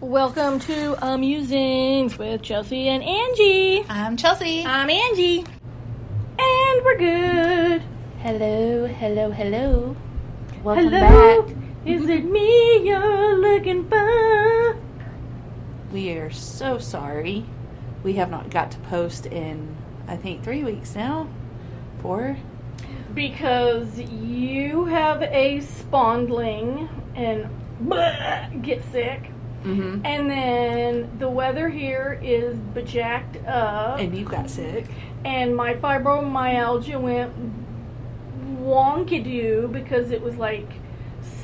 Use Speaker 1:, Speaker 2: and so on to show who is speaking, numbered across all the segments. Speaker 1: Welcome to Amusings with Chelsea and Angie.
Speaker 2: I'm Chelsea.
Speaker 1: I'm Angie. And we're good.
Speaker 2: Hello, hello, hello. Welcome
Speaker 1: Hello.
Speaker 2: back.
Speaker 1: Is it me you're looking for?
Speaker 2: We are so sorry. We have not got to post in, I think, three weeks now. Four?
Speaker 1: Because you have a spondling and bleh, get sick.
Speaker 2: Mm-hmm.
Speaker 1: And then the weather here is bejacked up.
Speaker 2: And you got sick.
Speaker 1: and my fibromyalgia went wonkadoo because it was like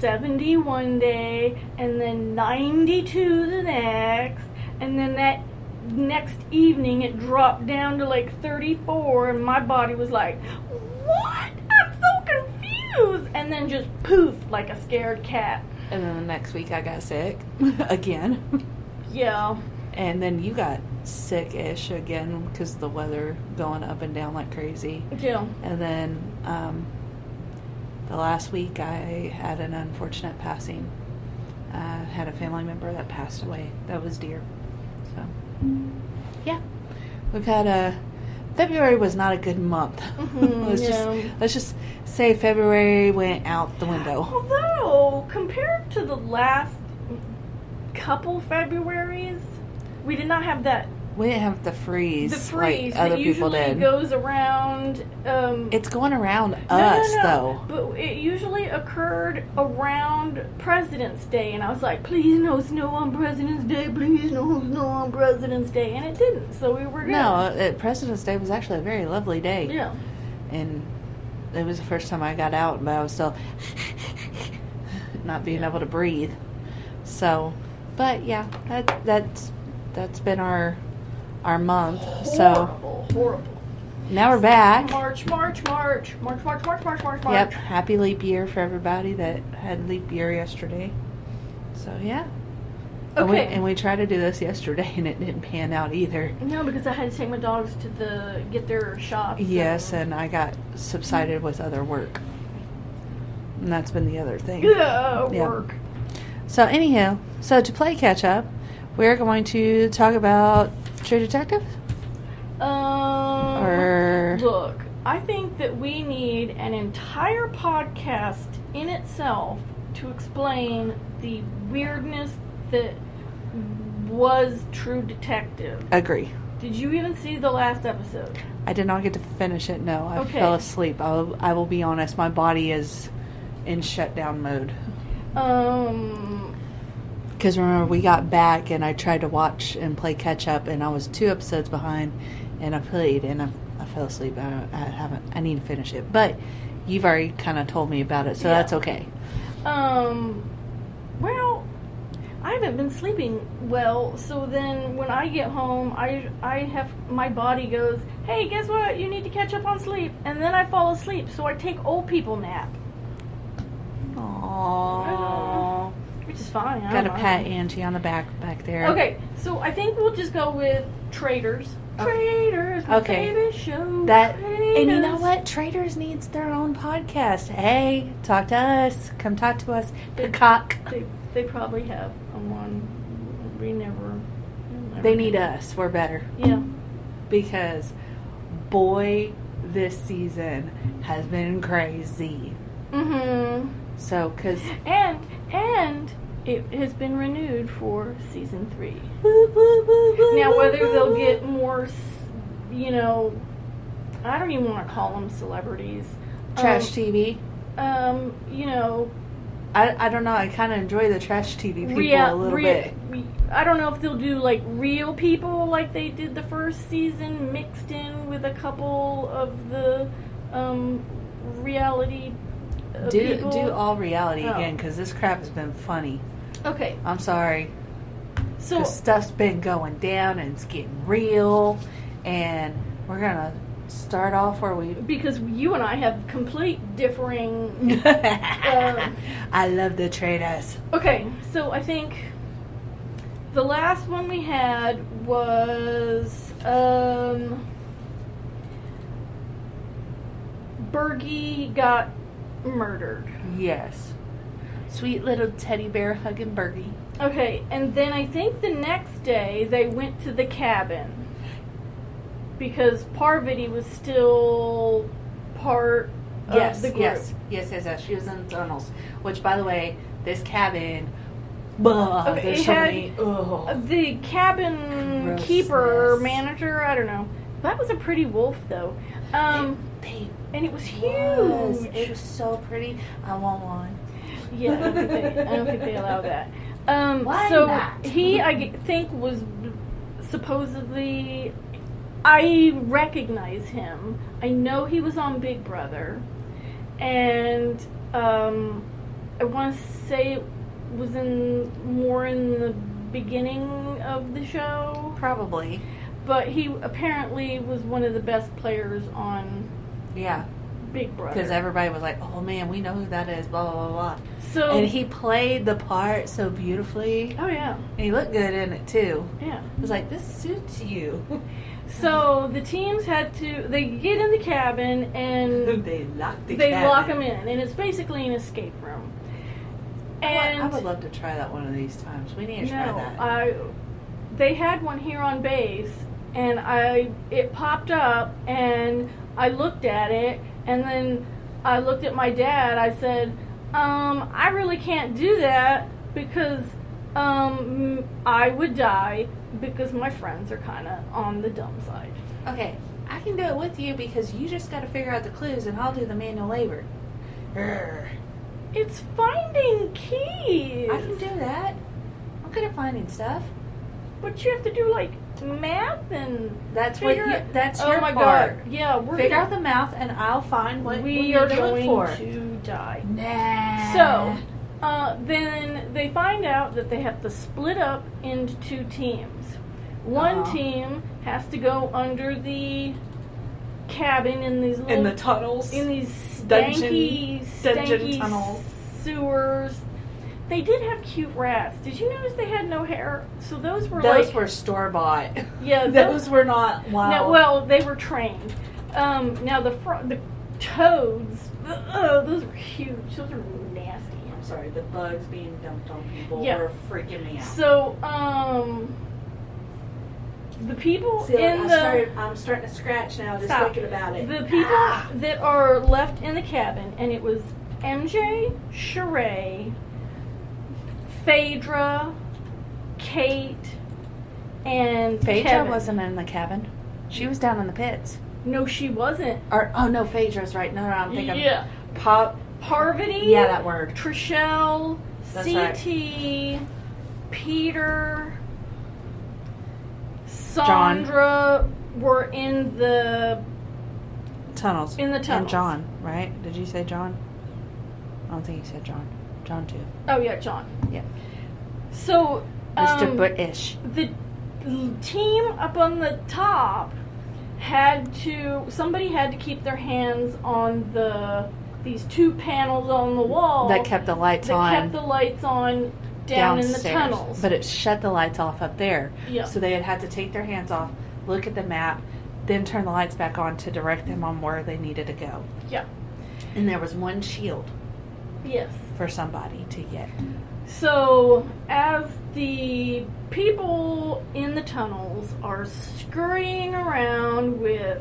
Speaker 1: 70 one day and then 92 the next and then that next evening it dropped down to like 34 and my body was like what i'm so confused and then just poof like a scared cat
Speaker 2: And then the next week I got sick again.
Speaker 1: yeah
Speaker 2: And then you got sick ish again because the weather going up and down like crazy.
Speaker 1: yeah
Speaker 2: And then um, the last week I had an unfortunate passing. I had a family member that passed away. That was dear. So, yeah. We've had a. February was not a good month.
Speaker 1: Mhm,
Speaker 2: let's,
Speaker 1: yeah.
Speaker 2: just, let's just say February went out the window.
Speaker 1: Although, compared to the last couple Februarys, we did not have that
Speaker 2: We didn't have the freeze,
Speaker 1: the freeze
Speaker 2: like other
Speaker 1: that
Speaker 2: people
Speaker 1: usually
Speaker 2: did.
Speaker 1: goes around. Um,
Speaker 2: it's going around
Speaker 1: no,
Speaker 2: us,
Speaker 1: no,
Speaker 2: though.
Speaker 1: no, But it usually occurred around President's Day, and I was like, "Please no snow on President's Day. Please no snow on President's Day," and it didn't. So we were good.
Speaker 2: No, uh, it, President's Day was actually a very lovely day.
Speaker 1: Yeah.
Speaker 2: and it was the first time I got out, but I was still not being able to breathe. So, but yeah, that that's that's been our our month. So
Speaker 1: horrible, horrible.
Speaker 2: now we're back.
Speaker 1: March, March, March, March, March, March, March, March,
Speaker 2: Yep,
Speaker 1: March.
Speaker 2: happy leap year for everybody that had leap year yesterday. So yeah, and we,
Speaker 1: Okay.
Speaker 2: and we tried to do this yesterday, and it didn't pan out either.
Speaker 1: No, because I had to take my dogs to the get their shots.
Speaker 2: Yes, and I got subsided with other work, and that's been the other thing.
Speaker 1: Yeah,
Speaker 2: Yeah.
Speaker 1: work.
Speaker 2: So anyhow, so to play catch up, we're going to talk about True Detective.
Speaker 1: Um,
Speaker 2: Or-
Speaker 1: look, I think that we need an entire podcast in itself to explain the weirdness that was True Detective.
Speaker 2: Agree.
Speaker 1: Did you even see the last episode?
Speaker 2: I did not get to finish it. No, I
Speaker 1: Okay.
Speaker 2: fell asleep. I will, I will be honest. My body is in shutdown mode.
Speaker 1: Um,
Speaker 2: Because remember, we got back and I tried to watch and play catch up, and I was two episodes behind, and I played and I, I fell asleep. I, I haven't. I need to finish it, but you've already kind of told me about it, so
Speaker 1: Yeah.
Speaker 2: that's okay.
Speaker 1: um, well, I haven't been sleeping well, so then when I get home, I I have my body goes, hey, guess what? You need to catch up on sleep, and then I fall asleep. So I take old people nap.
Speaker 2: Aww.
Speaker 1: Which is fine. I
Speaker 2: Got a
Speaker 1: don't
Speaker 2: pat
Speaker 1: mind.
Speaker 2: Angie on the back back there.
Speaker 1: Okay, so I think we'll just go with Traders.
Speaker 2: Okay.
Speaker 1: Traders, my
Speaker 2: Oh. Okay.
Speaker 1: favorite show.
Speaker 2: That
Speaker 1: Traders.
Speaker 2: and you know what? Traders needs their own podcast. Hey, talk to us. Come talk to us. Peacock.
Speaker 1: They, they probably have a one. We never. never
Speaker 2: They need
Speaker 1: did.
Speaker 2: us. We're better
Speaker 1: Yeah.
Speaker 2: because boy, this season has been crazy.
Speaker 1: Mm-hmm.
Speaker 2: So, cause
Speaker 1: And and it has been renewed for season three. Now whether they'll get
Speaker 2: Um,
Speaker 1: more, s- you know, I don't even want to call them celebrities.
Speaker 2: trash
Speaker 1: Um,
Speaker 2: TV.
Speaker 1: Um, you know,
Speaker 2: I, I don't know. I kind of enjoy the trash TV people
Speaker 1: Rea-
Speaker 2: a little
Speaker 1: rea-
Speaker 2: bit.
Speaker 1: re- I don't know if they'll do like real people like they did the first season, mixed in with a couple of the um, reality uh,
Speaker 2: Do
Speaker 1: people.
Speaker 2: do all reality
Speaker 1: Oh.
Speaker 2: again because this crap has been funny.
Speaker 1: okay,
Speaker 2: I'm sorry.
Speaker 1: so
Speaker 2: the stuff's been going down and it's getting real and we're gonna start off where we.
Speaker 1: Because you and I have complete differing.
Speaker 2: I love the traders.
Speaker 1: Okay, so I think the last one we had was um, Bergie got murdered.
Speaker 2: Yes. Sweet little teddy bear hugging Bergie.
Speaker 1: Okay, and then I think the next day they went to the cabin because Parvati was still part of
Speaker 2: yes,
Speaker 1: the group.
Speaker 2: yes, yes, yes, yes. She was in the tunnels. Which, by the way, this cabin. Bah,
Speaker 1: Okay,
Speaker 2: there's
Speaker 1: it
Speaker 2: so
Speaker 1: had- Oh.
Speaker 2: many. Um, Ugh.
Speaker 1: The cabin
Speaker 2: Grossness.
Speaker 1: keeper, manager, I don't know. That was a pretty wolf though. Um,
Speaker 2: They
Speaker 1: and it was huge.
Speaker 2: was. It was so pretty. I want one.
Speaker 1: Yeah, I don't think they, I don't think they allow that. Um,
Speaker 2: Why
Speaker 1: so
Speaker 2: not?
Speaker 1: he, I g- think, was supposedly. I recognize him. I know he was on Big Brother, and um, I want to say it was in more in the beginning of the show.
Speaker 2: Probably.
Speaker 1: But he apparently was one of the best players on
Speaker 2: Yeah.
Speaker 1: Big Brother.
Speaker 2: Because everybody was like, "Oh man, we know who that is." Blah blah blah. blah.
Speaker 1: so
Speaker 2: And he played the part so beautifully,
Speaker 1: oh yeah,
Speaker 2: and he looked good in it too.
Speaker 1: yeah.
Speaker 2: I was like, "This suits you."
Speaker 1: So the teams had to. They get in the cabin and
Speaker 2: they locked
Speaker 1: they lock them in, and it's basically an escape room. And
Speaker 2: I would love to try that one of these times. We need to try
Speaker 1: no,
Speaker 2: that.
Speaker 1: I. They had one here on base, and I it popped up, and I looked at it, and then I looked at my dad. I said, um, "I really can't do that because um, I would die because my friends are kind of on the dumb side."
Speaker 2: uh, okay, I can do it with you because you just got to figure out the clues, and I'll do the manual labor. Urgh.
Speaker 1: It's finding keys.
Speaker 2: I can do that. I'm good at finding stuff.
Speaker 1: But you have to do like math and
Speaker 2: That's
Speaker 1: figure.
Speaker 2: what. You, that's
Speaker 1: oh
Speaker 2: your
Speaker 1: my
Speaker 2: part.
Speaker 1: god! Yeah, we're
Speaker 2: Figure out
Speaker 1: gonna,
Speaker 2: the mouth, and I'll find what
Speaker 1: we
Speaker 2: are
Speaker 1: are going
Speaker 2: going for.
Speaker 1: to die.
Speaker 2: Nah.
Speaker 1: So, uh, then they find out that they have to split up into two teams. One
Speaker 2: Uh-huh.
Speaker 1: team has to go under the cabin in these little
Speaker 2: in the tunnels.
Speaker 1: in these
Speaker 2: Dungeon-
Speaker 1: stanky,
Speaker 2: dungeon
Speaker 1: stanky
Speaker 2: tunnels.
Speaker 1: sewers. They did have cute rats. Did you notice they had no hair? So those were
Speaker 2: those
Speaker 1: like
Speaker 2: were store bought.
Speaker 1: yeah,
Speaker 2: those,
Speaker 1: those
Speaker 2: were not wild.
Speaker 1: now, well, they were trained. Um, now the fro- the toads, uh, those were huge. Those were nasty.
Speaker 3: I'm sorry, the bugs being dumped on people
Speaker 1: Yeah.
Speaker 3: were freaking me out.
Speaker 1: So um, the people
Speaker 3: See, like,
Speaker 1: in
Speaker 3: I
Speaker 1: the
Speaker 3: started, I'm starting to scratch now just
Speaker 1: Stop.
Speaker 3: thinking about it.
Speaker 1: The people
Speaker 3: Ah.
Speaker 1: that are left in the cabin, and it was MJ, Sheree, Phaedra, Kate, and
Speaker 2: Phaedra
Speaker 1: Kevin.
Speaker 2: wasn't in the cabin. She was down in the pits.
Speaker 1: No, she wasn't.
Speaker 2: Or oh no, Phaedra's right. No, no, I'm thinking
Speaker 1: yeah,
Speaker 2: pop.
Speaker 1: Parvati.
Speaker 2: Yeah, that word.
Speaker 1: Trishelle,
Speaker 2: That's
Speaker 1: CT, Peter,
Speaker 2: John.
Speaker 1: Sandra were in the
Speaker 2: Tunnels.
Speaker 1: in the tunnels.
Speaker 2: And John, right? Did you say John? I don't think you said John. John too.
Speaker 1: Oh yeah, John.
Speaker 2: Yeah.
Speaker 1: So
Speaker 2: Mr.
Speaker 1: um,
Speaker 2: British.
Speaker 1: the team up on the top had to somebody had to keep their hands on the these two panels on the wall
Speaker 2: That kept the lights
Speaker 1: that
Speaker 2: on
Speaker 1: kept the lights on down in the tunnels.
Speaker 2: But it shut the lights off up there.
Speaker 1: Yeah.
Speaker 2: So they had had to take their hands off, look at the map, then turn the lights back on to direct them on where they needed to go.
Speaker 1: yeah.
Speaker 2: And there was one shield
Speaker 1: Yes.
Speaker 2: for somebody to get.
Speaker 1: So, as the people in the tunnels are scurrying around with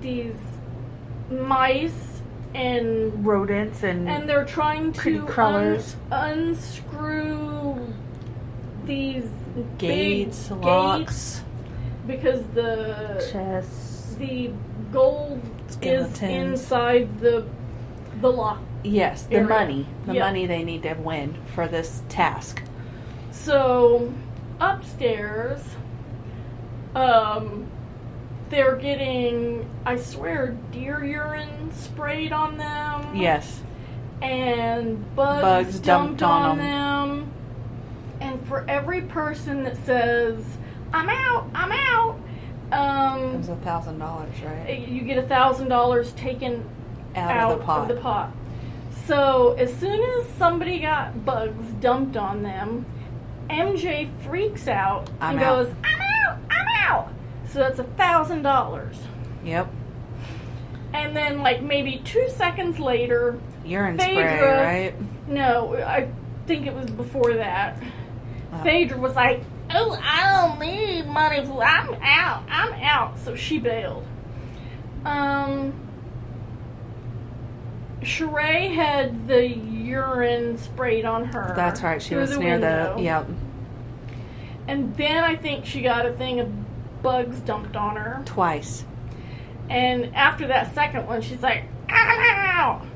Speaker 1: these mice and
Speaker 2: Rodents and,
Speaker 1: and they're trying
Speaker 2: Pretty
Speaker 1: to
Speaker 2: crawlers.
Speaker 1: un- unscrew these big
Speaker 2: gates,
Speaker 1: gates
Speaker 2: locks,
Speaker 1: because the
Speaker 2: chests.
Speaker 1: the gold is
Speaker 2: Skeletons.
Speaker 1: inside the the lock
Speaker 2: Yes, the
Speaker 1: area.
Speaker 2: money. The
Speaker 1: Yeah.
Speaker 2: money they need to win for this task.
Speaker 1: So upstairs, um, they're getting, I swear, deer urine sprayed on them.
Speaker 2: Yes.
Speaker 1: Mm-hmm. And bugs,
Speaker 2: Bugs
Speaker 1: dumped,
Speaker 2: dumped
Speaker 1: on
Speaker 2: on
Speaker 1: them. And for every person that says, I'm out, I'm out,
Speaker 2: It was
Speaker 1: Um,
Speaker 2: a thousand dollars, right?
Speaker 1: you get a thousand dollars taken
Speaker 2: Out, of the pot.
Speaker 1: pot. So as soon as somebody got bugs dumped on them, MJ freaks out
Speaker 2: I'm
Speaker 1: and
Speaker 2: out.
Speaker 1: goes, "I'm out! I'm out!" So that's a thousand dollars.
Speaker 2: Yep.
Speaker 1: And then, like maybe two seconds later,
Speaker 2: Urine
Speaker 1: Phaedra-
Speaker 2: spray,
Speaker 1: no, I think it was before that.
Speaker 2: right?
Speaker 1: Phaedra was like, "Oh, I don't need money. For, I'm out. I'm out." So she bailed. Um, Sheree had the urine sprayed on her.
Speaker 2: That's right. She
Speaker 1: through
Speaker 2: was near
Speaker 1: window.
Speaker 2: the. Yep.
Speaker 1: And then I think she got a thing of bugs dumped on her.
Speaker 2: Twice.
Speaker 1: And after that second one, she's like, "I'm out."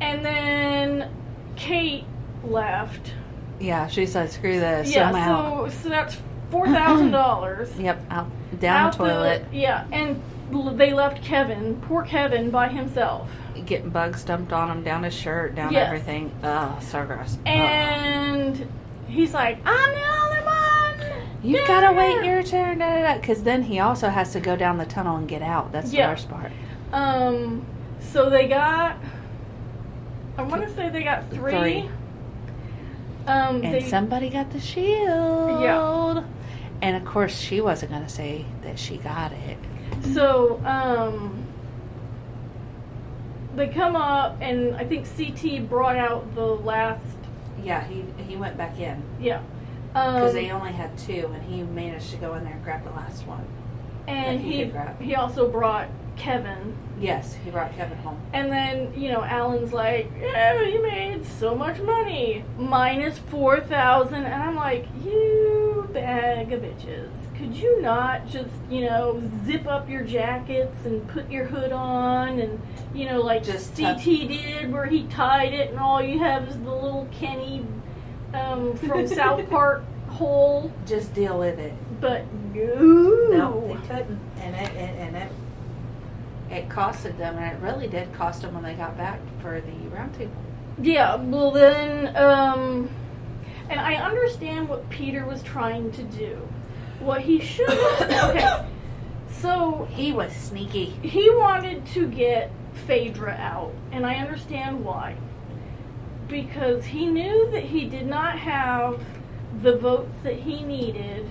Speaker 1: And then Kate left.
Speaker 2: Yeah. She said, "Screw this.
Speaker 1: yeah.
Speaker 2: I'm out."
Speaker 1: So so that's four thousand dollars.
Speaker 2: Yep. Out. Down
Speaker 1: out
Speaker 2: the toilet.
Speaker 1: yeah, and l- they left Kevin, poor Kevin, by himself.
Speaker 2: Getting bugs dumped on him. Down his shirt. Down
Speaker 1: Yes.
Speaker 2: everything. Ugh. So gross. Ugh.
Speaker 1: And he's like, I'm the only one.
Speaker 2: You gotta
Speaker 1: Yeah."
Speaker 2: wait your turn, da da da. Because then he also has to go down the tunnel and get out. That's
Speaker 1: Yeah.
Speaker 2: the worst part.
Speaker 1: Um, so they got. I want to say they got three.
Speaker 2: Three.
Speaker 1: Um,
Speaker 2: And
Speaker 1: they,
Speaker 2: somebody got the shield. And of course, she wasn't gonna say that she got it.
Speaker 1: so um, they come up, and I think CT brought out the last.
Speaker 3: Yeah, he he went back in
Speaker 1: Yeah.
Speaker 3: because
Speaker 1: Um,
Speaker 3: they only had two, and he managed to go in there and grab the last one.
Speaker 1: and
Speaker 3: that he
Speaker 1: he
Speaker 3: could grab.
Speaker 1: he also brought Kevin.
Speaker 3: Yes, he brought Kevin home.
Speaker 1: And then, you know, Alan's like, oh, you made so much money. Minus 4000 And I'm like, you bag of bitches. Could you not just, you know, zip up your jackets and put your hood on and, you know, like
Speaker 3: Just
Speaker 1: CT
Speaker 3: tuck-
Speaker 1: did where he tied it and all you have is the little Kenny um, from South Park hole?
Speaker 3: Just deal with it.
Speaker 1: But no.
Speaker 3: No, they couldn't, and it and, and it it costed them, and it really did cost them when they got back for the round table.
Speaker 1: Yeah, well then, um, and I understand what Peter was trying to do. What he should have okay. So
Speaker 3: He was sneaky.
Speaker 1: he wanted to get Phaedra out, and I understand why. Because he knew that he did not have the votes that he needed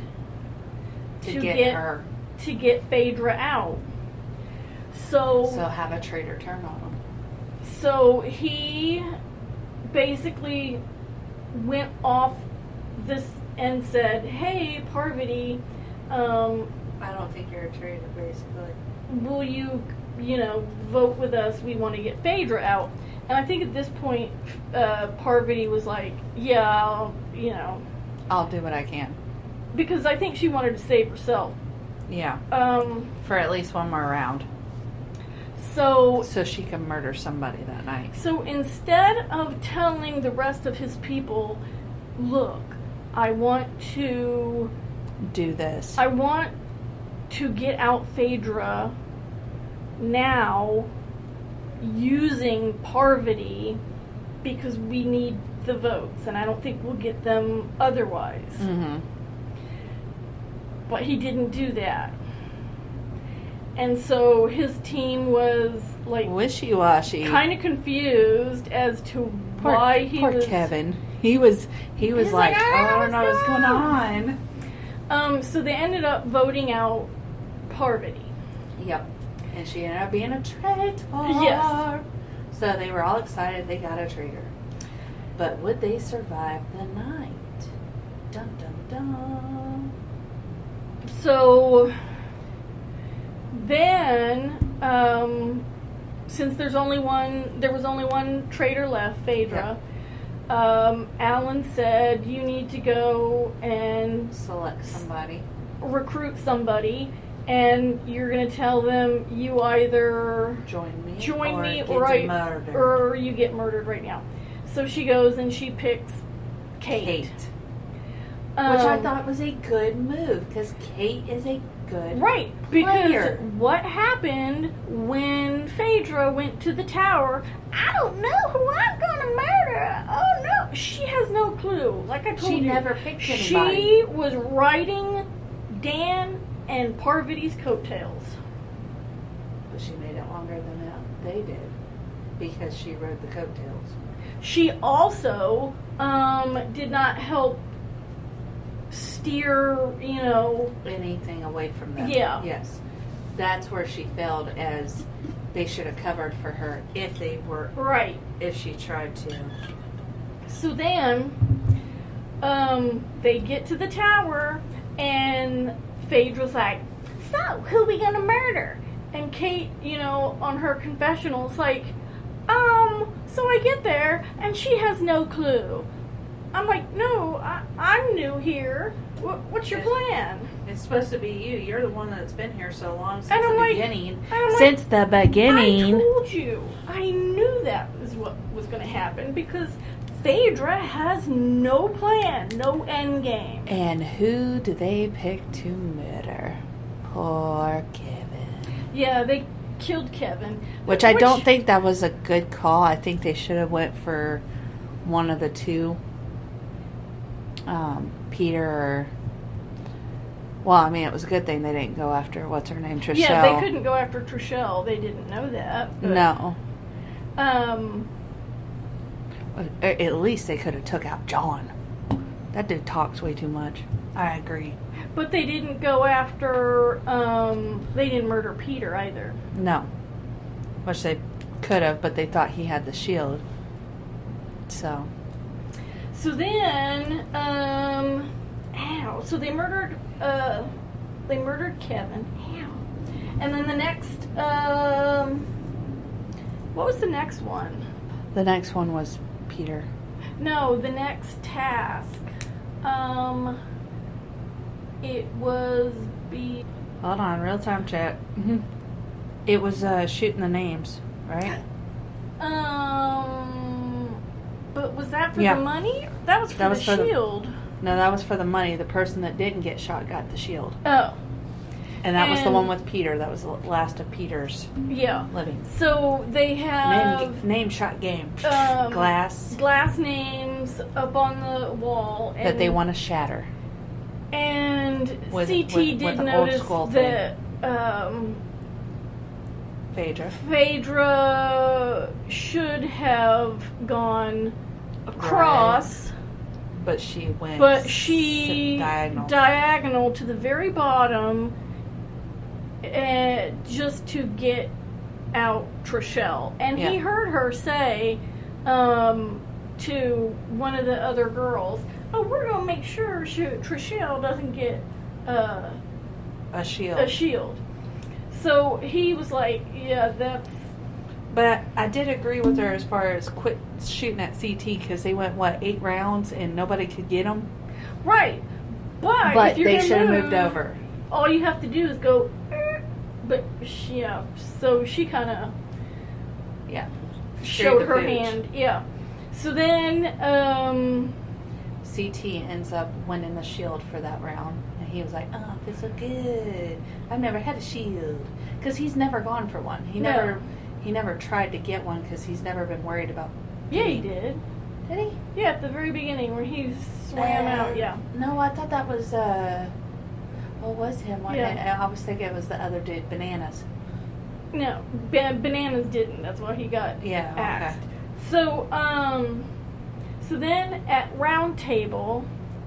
Speaker 3: to,
Speaker 1: To
Speaker 3: get,
Speaker 1: get-
Speaker 3: her.
Speaker 1: to get Phaedra out. So
Speaker 3: So have a traitor turn on him.
Speaker 1: So he basically went off this and said, "Hey, Parvati, um,
Speaker 3: I don't think you're a traitor, basically.
Speaker 1: will you, you know, vote with us? We want to get Phaedra out." And I think at this point, uh, Parvati was like, "Yeah, I'll, you know,"
Speaker 2: I'll do what I can.
Speaker 1: because I think she wanted to save herself.
Speaker 2: Yeah.
Speaker 1: Um,
Speaker 2: For at least one more round.
Speaker 1: so
Speaker 2: So she can murder somebody that night.
Speaker 1: So instead of telling the rest of his people, "Look, I want to."
Speaker 2: Do this.
Speaker 1: I want to get out Phaedra now using Parvati because we need the votes, and I don't think we'll get them otherwise.
Speaker 2: mm-hmm.
Speaker 1: But he didn't do that. And so his team was like
Speaker 2: Wishy washy.
Speaker 1: kind of confused as to
Speaker 2: Poor,
Speaker 1: why he
Speaker 2: poor
Speaker 1: was
Speaker 2: Kevin. He was he was
Speaker 1: He's
Speaker 2: like, "Oh,
Speaker 1: like, "I
Speaker 2: I
Speaker 1: don't
Speaker 2: don't
Speaker 1: know
Speaker 2: know
Speaker 1: what's
Speaker 2: what's going on.
Speaker 1: Um so they ended up voting out Parvati.
Speaker 3: Yep. And she ended up being a traitor.
Speaker 1: Yes.
Speaker 3: So they were all excited they got a traitor. But would they survive the night? Dum dum dum.
Speaker 1: So then, um, since there's only one, there was only one traitor left, Phaedra. Um, Alan said you need to go and
Speaker 3: Select somebody.
Speaker 1: recruit somebody, and you're gonna tell them you either
Speaker 3: Join me.
Speaker 1: Join
Speaker 3: or
Speaker 1: me
Speaker 3: get
Speaker 1: or I-
Speaker 3: murdered.
Speaker 1: or you get murdered right now. So she goes and she picks Kate,
Speaker 3: Which I
Speaker 1: Um,
Speaker 3: thought was a good move because Kate is a good
Speaker 1: Right, because
Speaker 3: player.
Speaker 1: what happened when Phaedra went to the tower? I don't know who I'm gonna murder. Oh no, she has no clue. Like I told
Speaker 3: She
Speaker 1: you,
Speaker 3: never picked anybody.
Speaker 1: she was writing Dan and Parvati's coattails.
Speaker 3: But she made it longer than that. they did because she rode the coattails.
Speaker 1: She also um, did not help steer, you know,
Speaker 3: Anything away from them.
Speaker 1: Yeah.
Speaker 3: Yes. That's where she failed as they should have covered for her if they were
Speaker 1: right.
Speaker 3: if she tried to.
Speaker 1: So then, um, they get to the tower, and Phaedra's like, "So, who we gonna murder?" And Kate, you know, on her confessional's like, "Um, so I get there, and she has no clue." I'm like, "No, I, I'm new here. What, what's your plan?"
Speaker 3: It's supposed to be you. You're the one that's been here so long since
Speaker 1: And I'm
Speaker 3: the
Speaker 1: like-
Speaker 3: beginning.
Speaker 1: And I'm like,
Speaker 4: Since the
Speaker 1: I
Speaker 4: beginning,
Speaker 1: told you. I knew that was what was going to happen because Phaedra has no plan, no end game.
Speaker 2: And who do they pick to murder? Poor Kevin.
Speaker 1: Yeah, they killed Kevin.
Speaker 2: Which I don't think that was a good call. I think they should have went for one of the two. Um, Peter or well, I mean, it was a good thing they didn't go after what's her name, Trishelle.
Speaker 1: Yeah, they couldn't go after Trishelle. They didn't know that. but,
Speaker 2: No,
Speaker 1: Um,
Speaker 2: A- at least they could have took out John. That dude talks way too much. I agree.
Speaker 1: but they didn't go after. Um, they didn't murder Peter either.
Speaker 2: No. Which they could have, but they thought he had the shield. So,
Speaker 1: So then, um, ow. So they murdered, uh, they murdered Kevin. Ow. And then the next, um, what was the next one?
Speaker 2: the next one was Peter.
Speaker 1: No, the next task. Um, it was be.
Speaker 2: Hold on, real time chat.
Speaker 1: Mm-hmm.
Speaker 2: It was uh, shooting the names, right?
Speaker 1: Um, but was that for
Speaker 2: Yeah.
Speaker 1: the money? That was for
Speaker 2: That
Speaker 1: the
Speaker 2: was for the-
Speaker 1: shield.
Speaker 2: No, that was for the money. The person that didn't get shot got the shield.
Speaker 1: Oh,
Speaker 2: And that was the
Speaker 1: And-
Speaker 2: one with Peter. That was the last of Peter's
Speaker 1: yeah.
Speaker 2: living.
Speaker 1: So they have.
Speaker 2: name, name shot game.
Speaker 1: um,
Speaker 2: Glass
Speaker 1: glass names up on the wall and,
Speaker 2: that they want to shatter.
Speaker 1: and
Speaker 2: With-
Speaker 1: CT
Speaker 2: with-
Speaker 1: did
Speaker 2: with the old
Speaker 1: notice
Speaker 2: school
Speaker 1: that um,
Speaker 2: Phaedra.
Speaker 1: Phaedra should have gone across,
Speaker 2: But she went.
Speaker 1: but
Speaker 2: s-
Speaker 1: she
Speaker 2: diagonal.
Speaker 1: diagonal to the very bottom uh, just to get out Trishelle. And he
Speaker 2: Yeah.
Speaker 1: heard her say um, to one of the other girls, Oh, we're going to make sure she, Trishelle doesn't get uh,
Speaker 2: a shield.
Speaker 1: a shield. So he was like, Yeah, that's.
Speaker 2: But I did agree with her as far as quit shooting at CT because they went what eight rounds and nobody could get them.
Speaker 1: Right. But,
Speaker 2: But
Speaker 1: if you're
Speaker 2: they
Speaker 1: gonna
Speaker 2: should have
Speaker 1: move,
Speaker 2: moved over.
Speaker 1: All you have to do is go, "Er," but she, yeah. So she kind of
Speaker 2: Yeah.
Speaker 1: showed
Speaker 2: the
Speaker 1: her
Speaker 2: boot.
Speaker 1: hand. Yeah. So then, um,
Speaker 2: CT ends up winning the shield for that round, and he was like, "Oh, I feel so good. I've never had a shield because he's never gone for one. He
Speaker 1: No.
Speaker 2: never he never tried to get one because he's never been worried about.
Speaker 1: yeah, he did.
Speaker 2: Did he?
Speaker 1: Yeah, at the very beginning where he swam
Speaker 2: Uh,
Speaker 1: out. Yeah.
Speaker 2: No, I thought that was uh, what was him? One
Speaker 1: Yeah.
Speaker 2: day? I was thinking it was the other dude, bananas.
Speaker 1: No, ba- bananas didn't. That's why he got
Speaker 2: Yeah. okay.
Speaker 1: axed. So, um, so then at round table,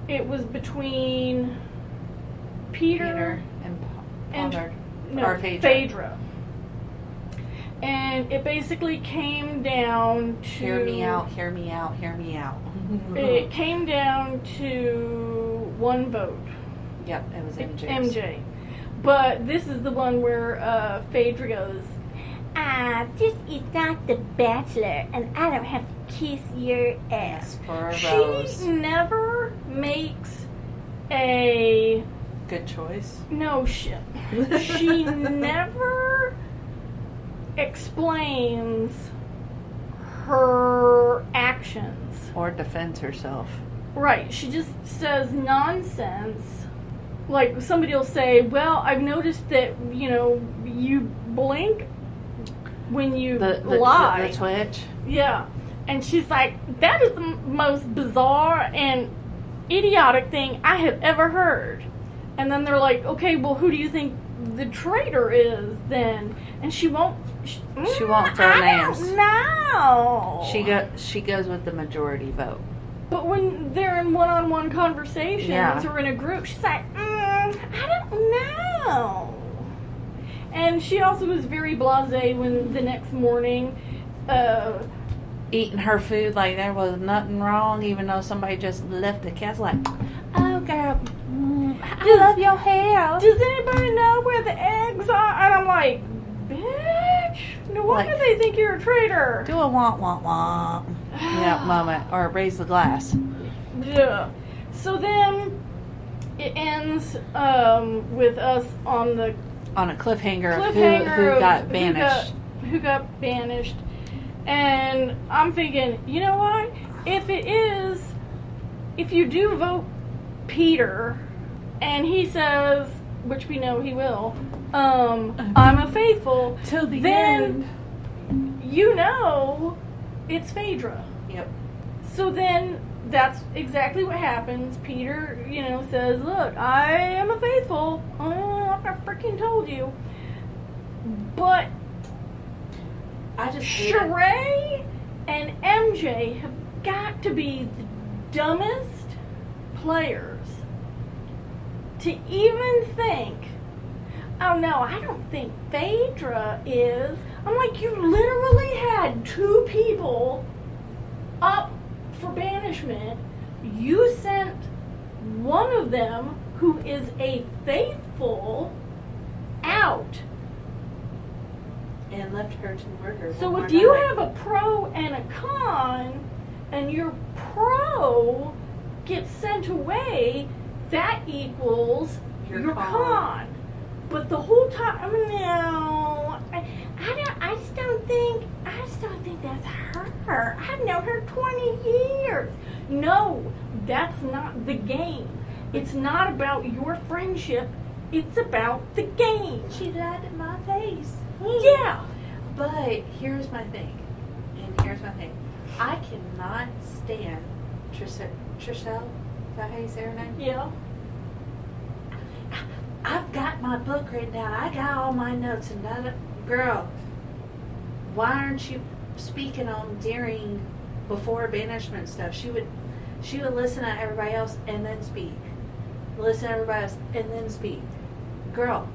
Speaker 1: it was between Peter,
Speaker 2: Peter and Pa-
Speaker 1: and-
Speaker 2: Pollard.
Speaker 1: no,
Speaker 2: Or
Speaker 1: Phaedra.
Speaker 2: Phaedra.
Speaker 1: And it basically came down to
Speaker 2: Hear me out, hear me out, hear me out.
Speaker 1: It came down to one vote.
Speaker 2: yep, it was MJ.
Speaker 1: MJ. But this is the one where uh, Phaedra goes,
Speaker 5: Ah, this is not the bachelor, and I don't have to kiss your ass.
Speaker 2: Yes, for a
Speaker 1: she
Speaker 2: rose.
Speaker 1: never makes a.
Speaker 2: Good choice.
Speaker 1: No shit. She never explains her actions.
Speaker 2: or defends herself.
Speaker 1: Right. She just says nonsense. Like somebody will say, "Well, I've noticed that you know you blink when you
Speaker 2: The, the,
Speaker 1: lie."
Speaker 2: the, the twitch.
Speaker 1: yeah, and she's like, "That is the m- most bizarre and idiotic thing I have ever heard." And then they're like, okay, well, who do you think the traitor is then? And she won't. She,
Speaker 2: She won't throw
Speaker 1: I
Speaker 2: names.
Speaker 1: Don't know.
Speaker 2: She go she goes with the majority vote.
Speaker 1: But when they're in one-on-one conversations
Speaker 2: Yeah.
Speaker 1: or in a group, she's like, mm, I don't know. And she also was very blasé when the next morning. Uh,
Speaker 2: Eating her food like there was nothing wrong, even though somebody just left the castle like, oh girl, mm, I love your hair.
Speaker 1: Does anybody know where the eggs are? And I'm like, bitch. No wonder
Speaker 2: Like-
Speaker 1: they think you're a traitor.
Speaker 2: Do a womp womp womp. Yeah, moment or raise the glass.
Speaker 1: Yeah. So then it ends um, with us on the
Speaker 2: on a cliffhanger, of
Speaker 1: cliffhanger
Speaker 2: who, who
Speaker 1: of
Speaker 2: got banished.
Speaker 1: Who got, who got banished. And I'm thinking, you know what? If it is, if you do vote Peter, and he says, which we know he will, um, I'm a faithful,
Speaker 2: Till the
Speaker 1: then you know it's Phaedra.
Speaker 2: Yep.
Speaker 1: So then that's exactly what happens. Peter, you know, says, Look, I am a faithful. Oh, I freaking told you. But
Speaker 3: I just hate it.
Speaker 1: Sheree and MJ have got to be the dumbest players to even think, oh no, I don't think Phaedra is. I'm like, you literally had two people up for banishment. You sent one of them, who is a faithful, out.
Speaker 3: and left her to murder.
Speaker 1: So
Speaker 3: one
Speaker 1: if
Speaker 3: more
Speaker 1: you
Speaker 3: night.
Speaker 1: have a pro and a con, and your pro gets sent away, that equals your,
Speaker 3: Your
Speaker 1: con.
Speaker 3: con.
Speaker 1: But the whole time, no, I, I don't. I just don't think. I just don't think that's her. I've known her twenty years. No, that's not the game. It's not about your friendship. It's about the game.
Speaker 3: she lied in my face.
Speaker 1: Yeah.
Speaker 3: But here's my thing, and here's my thing. I cannot stand Trisha, Trishelle. Is that how you say her name?
Speaker 1: Yeah.
Speaker 3: I've got my book written down. I got all my notes. And Another girl, why aren't you speaking on during, before banishment stuff? She would, she would listen to everybody else and then speak. Listen to everybody else and then speak. Girl,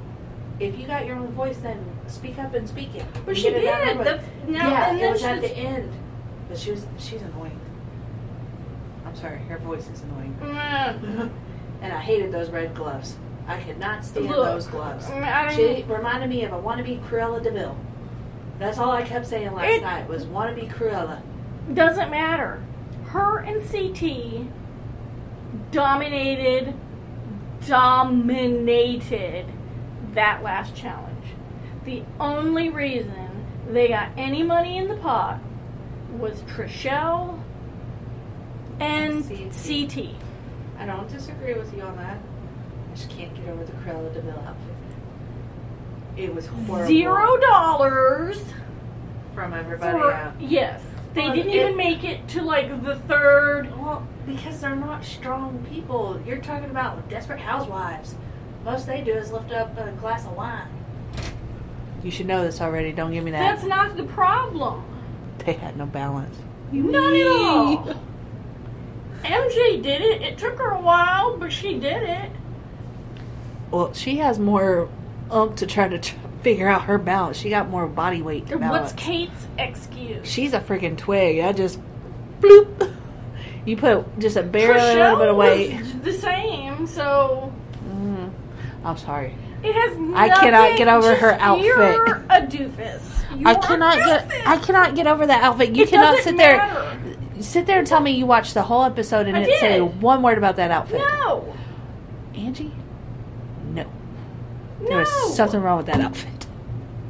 Speaker 3: if you got your own voice, then speak up and speak it.
Speaker 1: But
Speaker 3: You
Speaker 1: she
Speaker 3: get
Speaker 1: did.
Speaker 3: it out of her.
Speaker 1: That's, now,
Speaker 3: yeah,
Speaker 1: and
Speaker 3: it
Speaker 1: then
Speaker 3: was at
Speaker 1: she's-
Speaker 3: the end. But she was, she's annoying. I'm sorry, her voice is annoying.
Speaker 1: Mm,
Speaker 3: and I hated those red gloves. I could not stand
Speaker 1: Look,
Speaker 3: those gloves.
Speaker 1: mm, I
Speaker 3: She
Speaker 1: mean,
Speaker 3: reminded me of a wannabe Cruella Deville. That's all I kept saying last
Speaker 1: It-
Speaker 3: night was wannabe Cruella.
Speaker 1: doesn't matter. Her and CT dominated, dominated that last challenge. The only reason they got any money in the pot was Trishelle and
Speaker 3: CT.
Speaker 1: CT.
Speaker 3: I don't disagree with you on that. I just can't get over the Cruella Deville outfit. It was horrible.
Speaker 1: Zero dollars.
Speaker 3: from everybody
Speaker 1: For,
Speaker 3: out.
Speaker 1: yes. They
Speaker 3: Well,
Speaker 1: didn't
Speaker 3: it-
Speaker 1: even make it to like the third
Speaker 3: Well, because they're not strong people. You're talking about desperate housewives. Most they do is lift up a glass of wine.
Speaker 2: You should know this already. Don't give me that.
Speaker 1: That's not the problem.
Speaker 2: they had no balance.
Speaker 1: Not at all. MJ did it. It took her a while, but she did it.
Speaker 2: Well, she has more ump to try to tr- figure out her balance. She got more body weight to
Speaker 1: What's
Speaker 2: balance.
Speaker 1: Kate's excuse?
Speaker 2: She's a freaking twig. I just bloop. You put just a bare little
Speaker 1: Trishelle
Speaker 2: bit of weight.
Speaker 1: was the same, so
Speaker 2: Mm. I'm sorry.
Speaker 1: it has. Nothing.
Speaker 2: I cannot get over
Speaker 1: just
Speaker 2: her outfit.
Speaker 1: You're a doofus. You're
Speaker 2: I cannot
Speaker 1: a
Speaker 2: get.
Speaker 1: doofus.
Speaker 2: I cannot get over that outfit. You
Speaker 1: It
Speaker 2: cannot
Speaker 1: doesn't
Speaker 2: sit there.
Speaker 1: matter.
Speaker 2: Sit there and tell me you watched the whole episode and
Speaker 1: I
Speaker 2: didn't say
Speaker 1: did.
Speaker 2: one word about that outfit.
Speaker 1: No,
Speaker 2: Angie, no.
Speaker 1: no.
Speaker 2: There was something wrong with that outfit.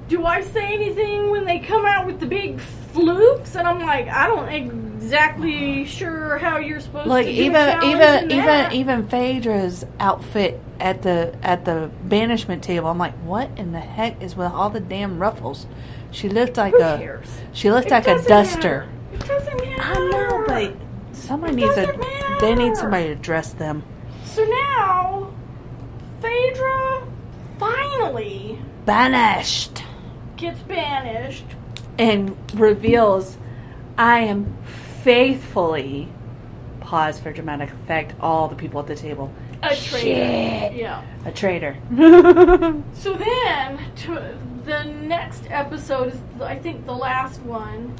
Speaker 1: Do I say anything when they come out with the big floofs? And I'm like, I don't exactly sure how you're supposed
Speaker 2: Look,
Speaker 1: to do a
Speaker 2: even
Speaker 1: challenge
Speaker 2: even
Speaker 1: in that.
Speaker 2: even even Phaedra's outfit at the at the banishment table. I'm like, what in the heck is with all the damn ruffles? She looked like
Speaker 1: Who
Speaker 2: a
Speaker 1: cares?
Speaker 2: she looked
Speaker 1: It
Speaker 2: like a
Speaker 1: doesn't
Speaker 2: duster.
Speaker 1: matter. It doesn't matter.
Speaker 2: I know, but somebody
Speaker 1: It
Speaker 2: needs a
Speaker 1: doesn't
Speaker 2: they
Speaker 1: matter.
Speaker 2: need somebody to dress them.
Speaker 1: So now Phaedra finally
Speaker 2: Banished.
Speaker 1: gets banished.
Speaker 2: and reveals I am faithfully pause for dramatic effect all the people at the table
Speaker 1: A traitor.
Speaker 2: Shit.
Speaker 1: Yeah.
Speaker 2: a traitor Mm-hmm.
Speaker 1: So then, to, the next episode is, I think, the last one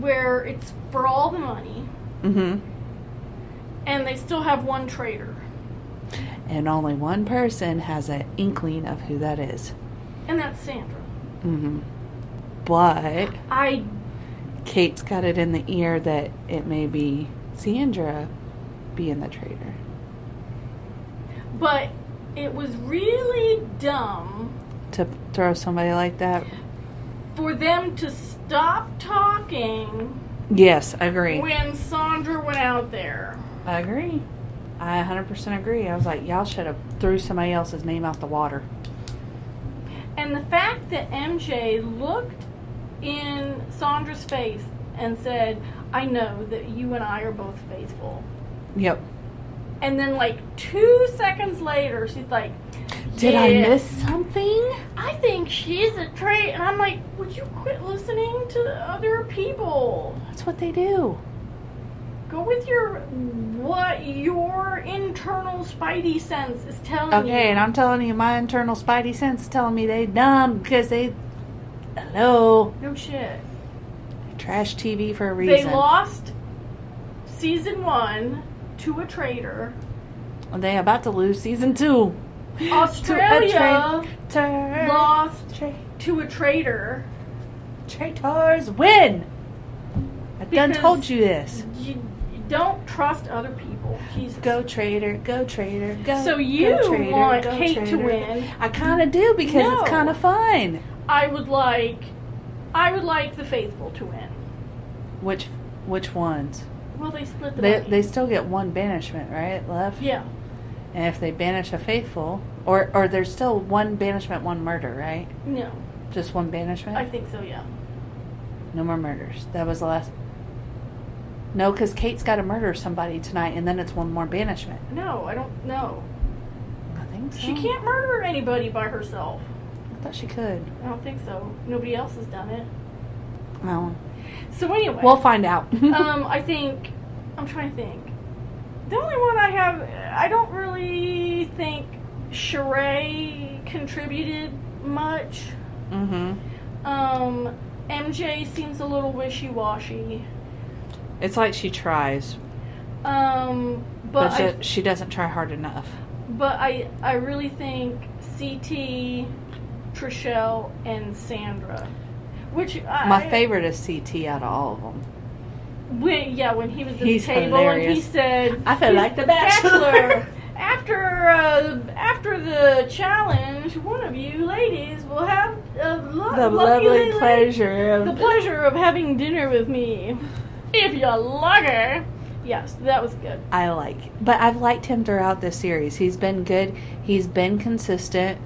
Speaker 1: where it's for all the money,
Speaker 2: hmm
Speaker 1: and they still have one traitor,
Speaker 2: and only one person has an inkling of who that is
Speaker 1: and that's Sandra.
Speaker 2: mm-hmm. but
Speaker 1: I
Speaker 2: Kate's got it in the ear that it may be Sandra being the traitor
Speaker 1: But it was really dumb
Speaker 2: to throw somebody like that
Speaker 1: for them to stop talking
Speaker 2: yes I agree
Speaker 1: when Sandra went out there.
Speaker 2: I agree I 100% agree I was like y'all should have threw somebody else's name out the water
Speaker 1: And the fact that MJ looked in Sandra's face and said, I know that you and I are both faithful.
Speaker 2: yep
Speaker 1: And then, like, two seconds later, she's like,
Speaker 2: Did I
Speaker 1: "Yeah,
Speaker 2: miss something?
Speaker 1: I think she's a trait. And I'm like, Would you quit listening to other people?
Speaker 2: That's what they do.
Speaker 1: Go with your what your internal spidey sense is telling you.
Speaker 2: Okay, and I'm telling you, my internal spidey sense is telling me they dumb because they, hello,
Speaker 1: no shit.
Speaker 2: trash TV for a
Speaker 1: They
Speaker 2: reason.
Speaker 1: lost season one to a traitor.
Speaker 2: And they about to lose season two.
Speaker 1: Australia
Speaker 2: to a traitor.
Speaker 1: lost
Speaker 2: Tra-
Speaker 1: to a traitor.
Speaker 2: traitors win. I done
Speaker 1: Because-
Speaker 2: told you this.
Speaker 1: You you don't trust other people. Jesus.
Speaker 2: Go traitor, go traitor, go.
Speaker 1: So
Speaker 2: go
Speaker 1: you
Speaker 2: traitor,
Speaker 1: want
Speaker 2: go
Speaker 1: Kate to
Speaker 2: traitor.
Speaker 1: win?
Speaker 2: I kind of do because
Speaker 1: No.
Speaker 2: it's kind of fun.
Speaker 1: I would like, I would like the faithful to win.
Speaker 2: Which, which ones?
Speaker 1: Well, they split the
Speaker 2: They,
Speaker 1: money.
Speaker 2: they still get one banishment, right? Left.
Speaker 1: yeah,
Speaker 2: And if they banish a faithful, or or there's still one banishment, one murder, right?
Speaker 1: no,
Speaker 2: Just one banishment.
Speaker 1: I think so. Yeah.
Speaker 2: no more murders. That was the last. No, because Kate's got to murder somebody tonight, and then it's one more banishment.
Speaker 1: No, I don't know.
Speaker 2: I think so.
Speaker 1: She can't murder anybody by herself.
Speaker 2: I thought she could.
Speaker 1: I don't think so. Nobody else has done it.
Speaker 2: No.
Speaker 1: So anyway,
Speaker 2: We'll find out.
Speaker 1: um, I think I'm trying to think. The only one I have, I don't really think Sheree contributed much.
Speaker 2: hmm
Speaker 1: Um, MJ seems a little wishy-washy.
Speaker 2: It's like she tries,
Speaker 1: Um, but
Speaker 2: but,
Speaker 1: I,
Speaker 2: she, she doesn't try hard enough.
Speaker 1: but I I really think CT, Trishelle, and Sandra, which I,
Speaker 2: My favorite is CT out of all of them.
Speaker 1: When, yeah, when he was at
Speaker 2: He's
Speaker 1: the table and he
Speaker 2: hilarious.
Speaker 1: said,
Speaker 2: I feel
Speaker 1: "He's
Speaker 2: like the Bachelor."
Speaker 1: after uh, after the challenge, one of you ladies will have a lo-
Speaker 2: The
Speaker 1: lucky
Speaker 2: lovely
Speaker 1: la-
Speaker 2: pleasure of
Speaker 1: the pleasure of having dinner with me, if you like her." Yes, that was good.
Speaker 2: I like. But I've liked him throughout this series. He's been good. He's been consistent.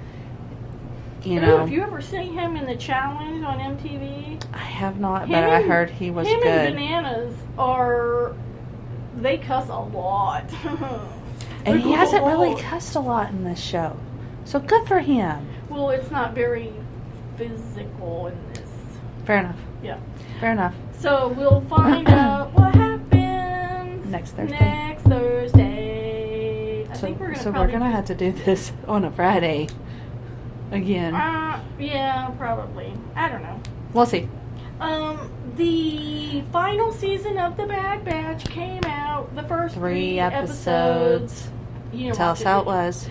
Speaker 2: You
Speaker 1: Ooh,
Speaker 2: know,
Speaker 1: if you ever see him in the challenge on MTV,
Speaker 2: I have not,
Speaker 1: him
Speaker 2: but I
Speaker 1: and-
Speaker 2: heard he was
Speaker 1: him
Speaker 2: good.
Speaker 1: and bananas are they cuss a lot.
Speaker 2: And he hasn't really
Speaker 1: cussed.
Speaker 2: cussed a lot in this show. So good for him.
Speaker 1: Well, it's not very physical in this.
Speaker 2: Fair enough.
Speaker 1: Yeah.
Speaker 2: Fair enough.
Speaker 1: So we'll find out what happens
Speaker 2: Next Thursday.
Speaker 1: Next Thursday. I
Speaker 2: so
Speaker 1: think we're gonna
Speaker 2: so we're
Speaker 1: probably
Speaker 2: going to have to do this on a Friday again.
Speaker 1: Uh, yeah, probably. I don't know.
Speaker 2: we'll see.
Speaker 1: Um, the final season of The Bad Batch came out. The first
Speaker 2: Three episodes.
Speaker 1: You know,
Speaker 2: Tell
Speaker 1: watch
Speaker 2: us how it
Speaker 1: it.
Speaker 2: was.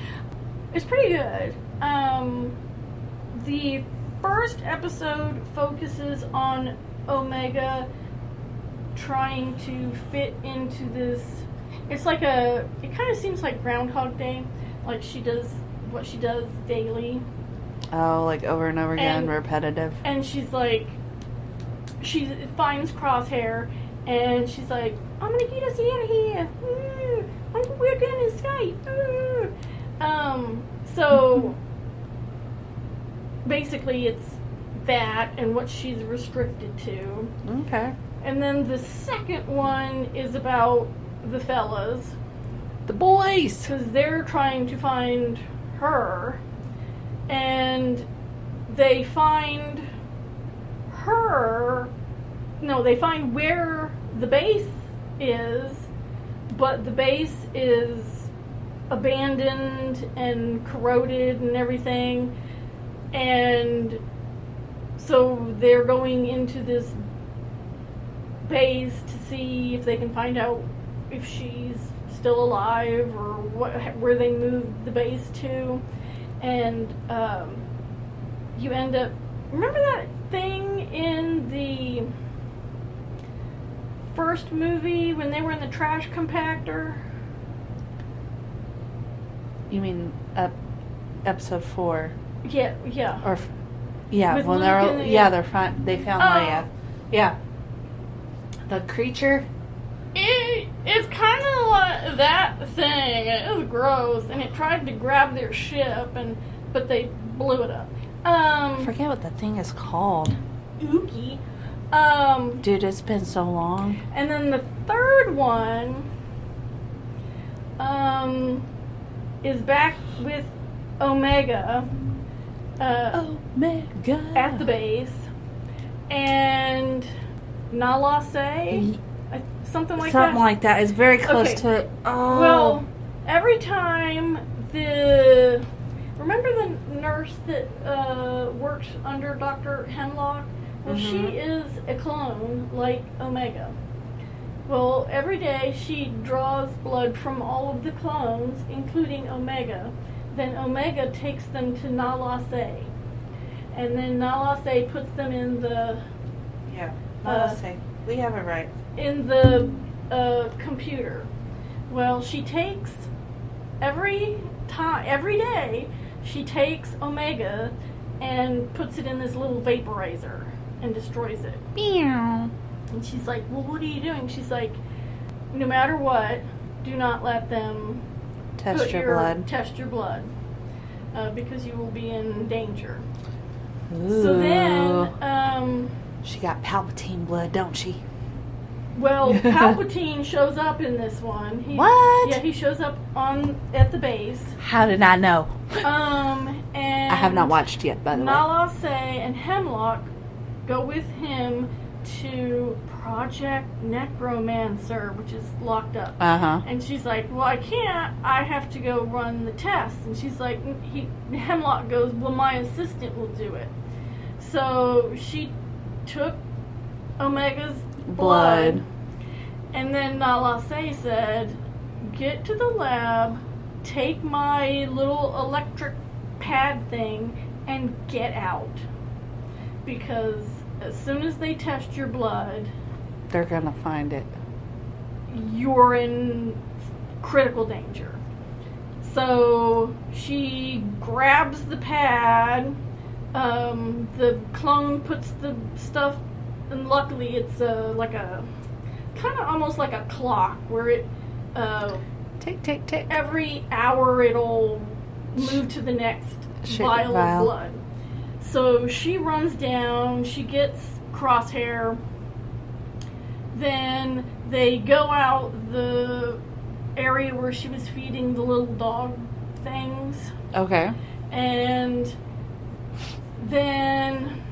Speaker 1: It's pretty good. Um, the first episode focuses on Omega trying to fit into this. It's like a. It kind of seems like Groundhog Day. Like she does what she does daily.
Speaker 2: Oh, like over and over again,
Speaker 1: And-
Speaker 2: repetitive.
Speaker 1: And she's like. She finds Crosshair and she's like, I'm gonna get us out of here. Ooh, I'm- we're gonna escape. Ooh." Um, so basically, it's that and what she's restricted to.
Speaker 2: Okay.
Speaker 1: And then the second one is about the fellas
Speaker 2: The boys.
Speaker 1: because they're trying to find her, and they find her. No, they find where the base is, but the base is abandoned and corroded and everything, and so they're going into this base to see if they can find out if she's still alive or what where they moved the base to, and um, you end up. Remember that thing in the first movie when they were in the trash compactor?
Speaker 2: You mean ep- episode four
Speaker 1: Yeah, yeah.
Speaker 2: or f- yeah?
Speaker 1: With
Speaker 2: when they're
Speaker 1: Luke and
Speaker 2: yeah,
Speaker 1: the-
Speaker 2: they're front. They found
Speaker 1: Oh.
Speaker 2: Leia. Yeah. The creature.
Speaker 1: It, it's kind of like that thing. It was gross, and it tried to grab their ship, and but they blew it up.
Speaker 2: I
Speaker 1: Um,
Speaker 2: forget what the thing is called,
Speaker 1: ookie. Um,
Speaker 2: dude. It's been so long.
Speaker 1: And then the third one um, is back with Omega uh,
Speaker 2: Oh my god.
Speaker 1: at the base. And Nala Say?
Speaker 2: Y-
Speaker 1: I- Something like
Speaker 2: Something
Speaker 1: that.
Speaker 2: like that. It's very close
Speaker 1: Okay.
Speaker 2: to. Oh.
Speaker 1: well, every time the. Remember the nurse that uh, works under Dr. Hemlock? Well, she is a clone like Omega. Well, every day she draws blood from all of the clones, including Omega. Then Omega takes them to Nalase. And then Nalase puts them in the
Speaker 3: Yeah.
Speaker 1: Uh,
Speaker 3: Let's see. We have it right.
Speaker 1: in the uh, computer. Well, she takes every time, every day, she takes Omega and puts it in this little vaporizer and destroys it.
Speaker 5: Meow.
Speaker 1: And she's like, "Well, what are you doing?" She's like, "No matter what, do not let them
Speaker 2: Test
Speaker 1: put
Speaker 2: your blood.
Speaker 1: test your blood, uh, because you will be in danger."
Speaker 2: Ooh.
Speaker 1: So then, um,
Speaker 2: she got Palpatine blood, don't she?
Speaker 1: Well, Palpatine shows up in this one. He,
Speaker 2: What?
Speaker 1: Yeah, he shows up on at the base.
Speaker 2: How did I know?
Speaker 1: Um, and
Speaker 2: I have not watched yet, by the way.
Speaker 1: Nala Se and Hemlock go with him to Project Necromancer, which is locked up.
Speaker 2: Uh huh.
Speaker 1: And she's like, "Well, I can't. I have to go run the test." And she's like, "He Hemlock goes, "Well, my assistant will do it." So she took Omega's blood,
Speaker 2: Blood.
Speaker 1: and then Nala Se said, "Get to the lab, take my little electric pad thing, and get out." Because as soon as they test your blood,
Speaker 2: They're gonna find it.
Speaker 1: you're in critical danger. So she grabs the pad. Um, the clone puts the stuff, and luckily it's uh, like a kind of almost like a clock where it uh,
Speaker 2: Tick tick tick.
Speaker 1: every hour it'll move to the next
Speaker 2: Shit,
Speaker 1: vial
Speaker 2: vial.
Speaker 1: of blood. So she runs down, she gets crosshair. Then they go out the area where she was feeding the little dog things
Speaker 2: Okay.
Speaker 1: and then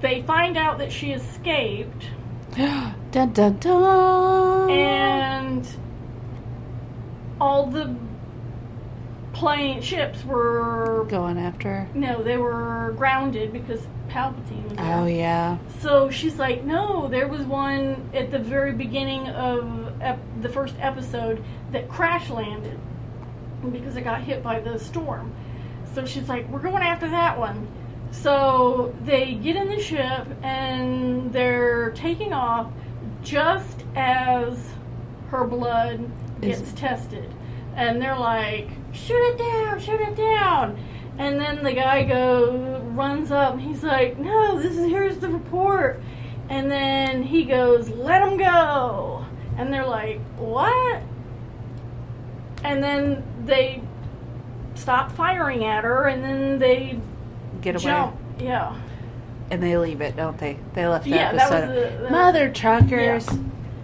Speaker 1: they find out that she escaped
Speaker 2: dun dun dun.
Speaker 1: and all the plane ships were
Speaker 2: going after. her.
Speaker 1: no they were grounded because palpatine was there.
Speaker 2: Oh yeah.
Speaker 1: so she's like no there was one at the very beginning of ep- the first episode that crash landed because it got hit by the storm so she's like we're going after that one so they get in the ship and they're taking off just as her blood
Speaker 2: Is-
Speaker 1: gets tested. And they're like, shoot it down, shoot it down. And then the guy go runs up and he's like, no, this is here's the report. And then he goes, let him go. And they're like, what? And then they stop firing at her and then they
Speaker 2: Get away.
Speaker 1: jump. Yeah.
Speaker 2: And they leave it, don't they? They left the
Speaker 1: yeah,
Speaker 2: episode.
Speaker 1: that was the, the
Speaker 2: Mother truckers.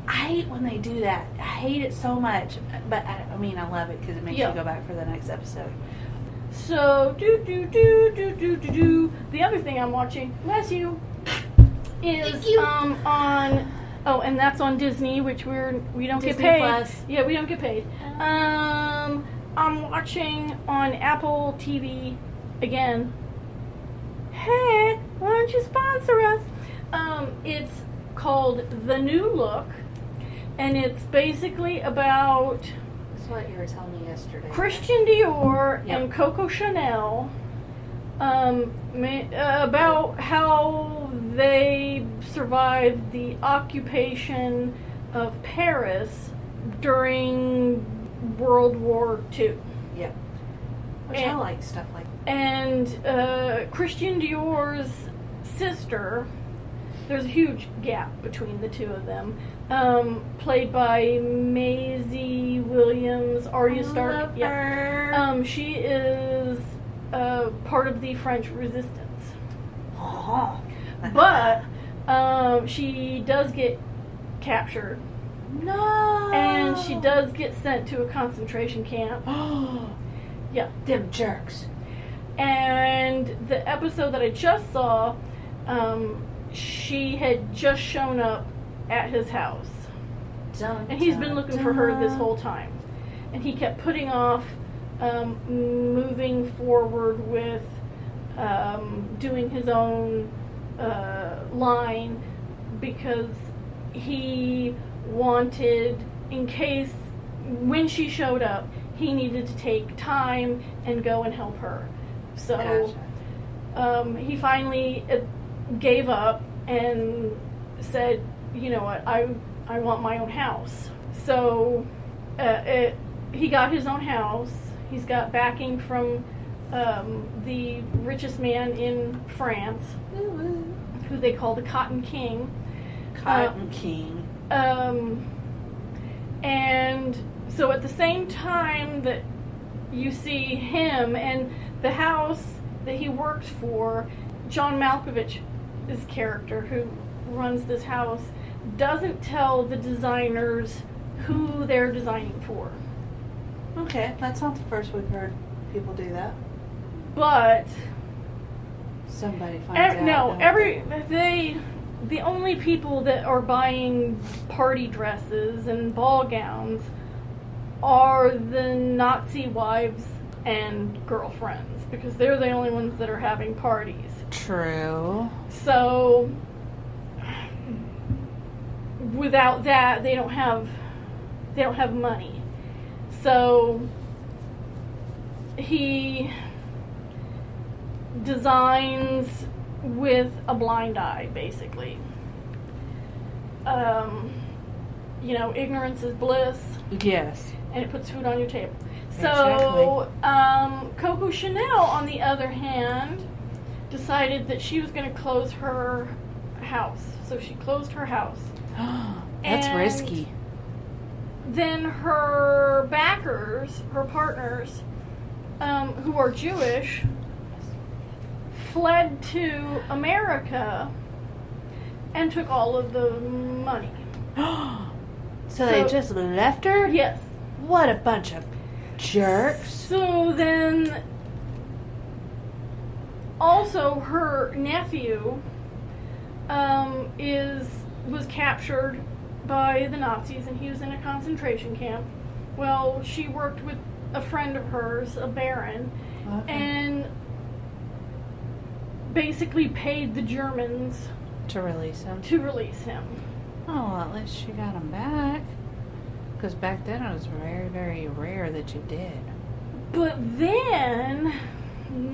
Speaker 3: I hate when they do that. I hate it so much. But I, I mean, I love it because it makes
Speaker 1: Yeah.
Speaker 3: you go back for the next episode.
Speaker 1: So do do do do do do do. The other thing I'm watching, bless you, is
Speaker 3: Thank you.
Speaker 1: um on oh, and that's on Disney, which we're we don't
Speaker 3: Disney
Speaker 1: get paid.
Speaker 3: Plus.
Speaker 1: Yeah, we don't get paid. Um, I'm watching on Apple TV again. Hey, why don't you sponsor us? Um, it's called The New Look, and it's basically about
Speaker 3: That's what you were telling me yesterday.
Speaker 1: Christian Dior
Speaker 3: Yep.
Speaker 1: and Coco Chanel um, ma- uh, about how they survived the occupation of Paris during World War II.
Speaker 3: Which I
Speaker 1: and-
Speaker 3: like stuff like
Speaker 1: And uh, Christian Dior's sister, there's a huge gap between the two of them, um, played by Maisie Williams, Arya Stark.
Speaker 3: Love
Speaker 1: yeah.
Speaker 3: her.
Speaker 1: Um, she is uh, part of the French resistance, but um, she does get captured
Speaker 3: no.
Speaker 1: and
Speaker 2: Oh.
Speaker 1: she does get sent to a concentration camp. Yeah.
Speaker 3: Them jerks.
Speaker 1: And the episode that I just saw, um, she had just shown up at his house,
Speaker 3: Dun,
Speaker 1: and he's
Speaker 3: dun,
Speaker 1: been looking for her this
Speaker 3: dun.
Speaker 1: whole time, and he kept putting off um, moving forward with um, doing his own uh, line because he wanted, in case when she showed up, he needed to take time and go and help her. So
Speaker 3: Gotcha.
Speaker 1: um, he finally uh, gave up and said, "You know what? I I want my own house." So uh, it, he got his own house. He's got backing from um, the richest man in France, who they call the Cotton King. Uh,
Speaker 3: Cotton King.
Speaker 1: Um, and so at the same time that you see him and the house that he works for, John Malkovich, his character who runs this house, doesn't tell the designers who they're designing for.
Speaker 2: Okay.
Speaker 3: That's not the first we've heard people do that.
Speaker 1: But
Speaker 3: Somebody finds
Speaker 1: ev-
Speaker 3: out.
Speaker 1: Er, no,
Speaker 3: don't
Speaker 1: every
Speaker 3: they?
Speaker 1: they the only people that are buying party dresses and ball gowns are the Nazi wives and girlfriends because they're the only ones that are having parties.
Speaker 2: True.
Speaker 1: So without that, they don't have they don't have money. So he designs with a blind eye basically. Um, you know, ignorance is bliss
Speaker 2: Yes.
Speaker 1: and it puts food on your table. So, um, Coco Chanel, on the other hand, decided that she was going to close her house. So she closed her house.
Speaker 2: That's
Speaker 1: And-
Speaker 2: risky.
Speaker 1: Then her backers, her partners, um, who are Jewish, fled to America and took all of the money.
Speaker 2: so, they
Speaker 1: So-
Speaker 2: just left her?
Speaker 1: Yes.
Speaker 2: What a bunch of jerks.
Speaker 1: So then, also her nephew um, is was captured by the Nazis, and he was in a concentration camp. Well, she worked with a friend of hers, a baron,
Speaker 2: Uh-uh.
Speaker 1: and basically paid the Germans
Speaker 2: to release him.
Speaker 1: to release him.
Speaker 2: Oh, well, at least she got him back. Because back then it was very, very rare that you did.
Speaker 1: But then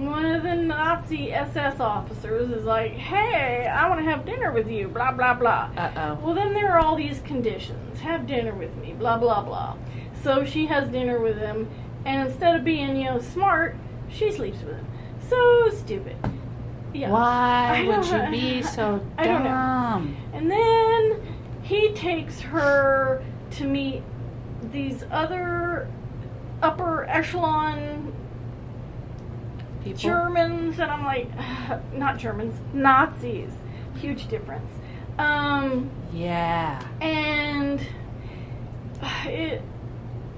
Speaker 1: one of the Nazi SS officers is like, hey, I want to have dinner with you, blah, blah, blah.
Speaker 2: Uh oh.
Speaker 1: Well, then there are all these conditions have dinner with me, blah, blah, blah. So she has dinner with him, and instead of being, you know, smart, she sleeps with him. So stupid. Yeah.
Speaker 2: Why
Speaker 1: I
Speaker 2: would
Speaker 1: don't
Speaker 2: you be
Speaker 1: know.
Speaker 2: so dumb?
Speaker 1: I don't know. And then he takes her to meet these other upper echelon
Speaker 2: People.
Speaker 1: Germans, and I'm like, not Germans, Nazis. Huge difference. Um,
Speaker 2: Yeah.
Speaker 1: and uh, it,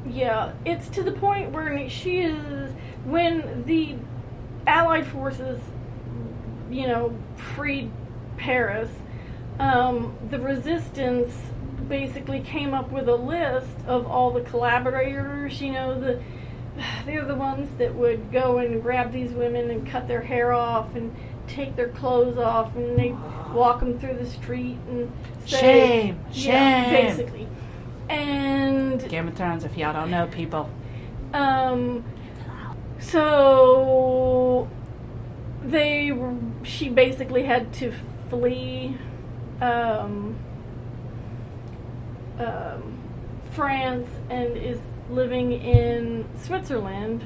Speaker 1: Yeah, it's to the point where she is when the Allied forces, you know, freed Paris. Um, the resistance basically came up with a list of all the collaborators. You know, the they're the ones that would go and grab these women and cut their hair off and take their clothes off and they walk them through the street and say
Speaker 2: Shame,
Speaker 1: yeah,
Speaker 2: shame.
Speaker 1: basically. And
Speaker 2: Game of Thrones, if y'all don't know, people. Oh,
Speaker 1: um, so they were, she basically had to flee um, um, France and is living in Switzerland.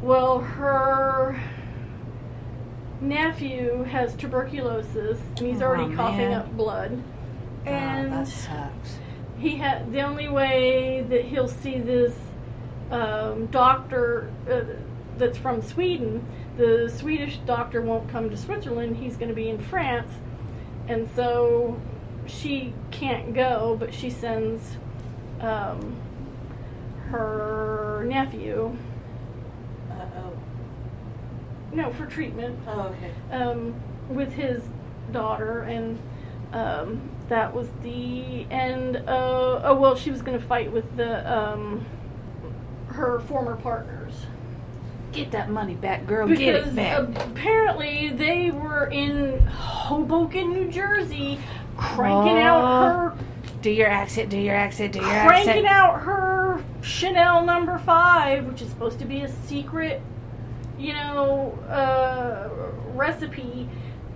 Speaker 1: Well, her nephew has tuberculosis and he's
Speaker 2: Oh,
Speaker 1: already coughing
Speaker 2: man.
Speaker 1: up blood. And
Speaker 2: oh, that sucks.
Speaker 1: he had the only way that he'll see this um, doctor uh, that's from Sweden. The Swedish doctor won't come to Switzerland. He's going to be in France, and so she can't go. But she sends um, her nephew
Speaker 3: Uh oh.
Speaker 1: no for treatment
Speaker 3: Oh, okay.
Speaker 1: um, with his daughter, and um, that was the end. Of, oh well, she was going to fight with the um, her former partners
Speaker 2: Get that money back, girl. Get
Speaker 1: because
Speaker 2: it back.
Speaker 1: apparently they were in Hoboken, New Jersey, cranking out
Speaker 2: Oh.
Speaker 1: her
Speaker 2: do your accent. Do your accent. Do your
Speaker 1: cranking
Speaker 2: accent.
Speaker 1: out her Chanel number five, which is supposed to be a secret, you know, uh, recipe.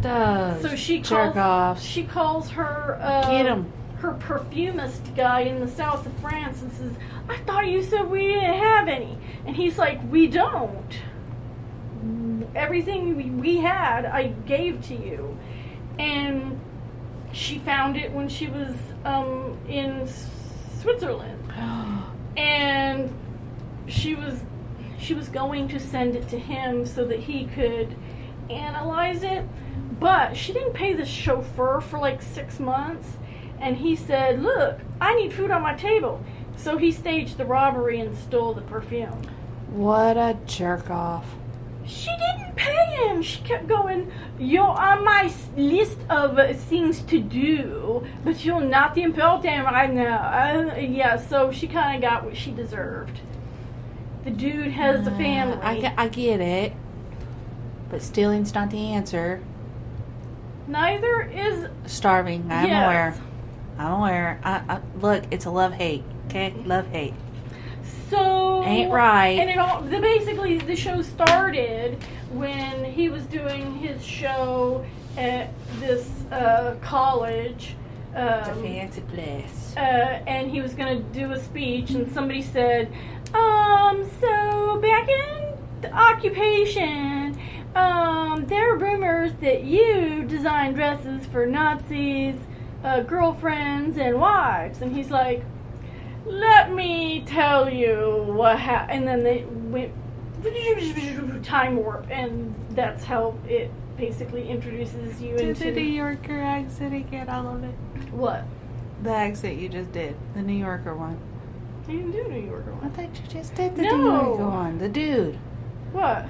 Speaker 2: Does
Speaker 1: So she
Speaker 2: jerk
Speaker 1: calls-
Speaker 2: offs.
Speaker 1: She calls her uh,
Speaker 2: Oh. Get 'em.
Speaker 1: her perfumist guy in the south of France and says, "I thought you said we didn't have any," and he's like, "We don't. Everything we, we had, I gave to you," and she found it when she was um, in Switzerland, and she was she was going to send it to him so that he could analyze it. But she didn't pay the chauffeur for like six months, and he said, "Look, I need food on my table." So he staged the robbery and stole the perfume.
Speaker 2: What a jerk off.
Speaker 1: She didn't pay him. She kept going, You're on my s- list of uh, things to do, but you're not important right now. Uh, yeah, so she kind of got what she deserved. The dude has a family.
Speaker 2: Uh, I, ge- I get it. But stealing's not the answer.
Speaker 1: Neither is.
Speaker 2: Starving. I'm
Speaker 1: yes.
Speaker 2: aware. I'm aware. I, I, look, it's a love hate. Okay?
Speaker 1: Mm-hmm.
Speaker 2: Love hate.
Speaker 1: So
Speaker 2: Ain't right.
Speaker 1: And it all the basically the show started when he was doing his show at this uh, college. Um,
Speaker 2: place.
Speaker 1: uh, and he was going to do a speech, and somebody said, um, so back in the occupation, um, there are rumors that you design dresses for Nazis, uh, girlfriends, and wives. And he's like, let me tell you what happened. And then they went time warp, and that's how it basically introduces you
Speaker 2: Did the New
Speaker 1: into
Speaker 2: Yorker accent again? I love it.
Speaker 1: what?
Speaker 2: The accent you just did. The New Yorker one.
Speaker 1: You didn't do New Yorker
Speaker 2: I
Speaker 1: one.
Speaker 2: thought you just did the
Speaker 1: No.
Speaker 2: New Yorker one. The dude.
Speaker 1: What?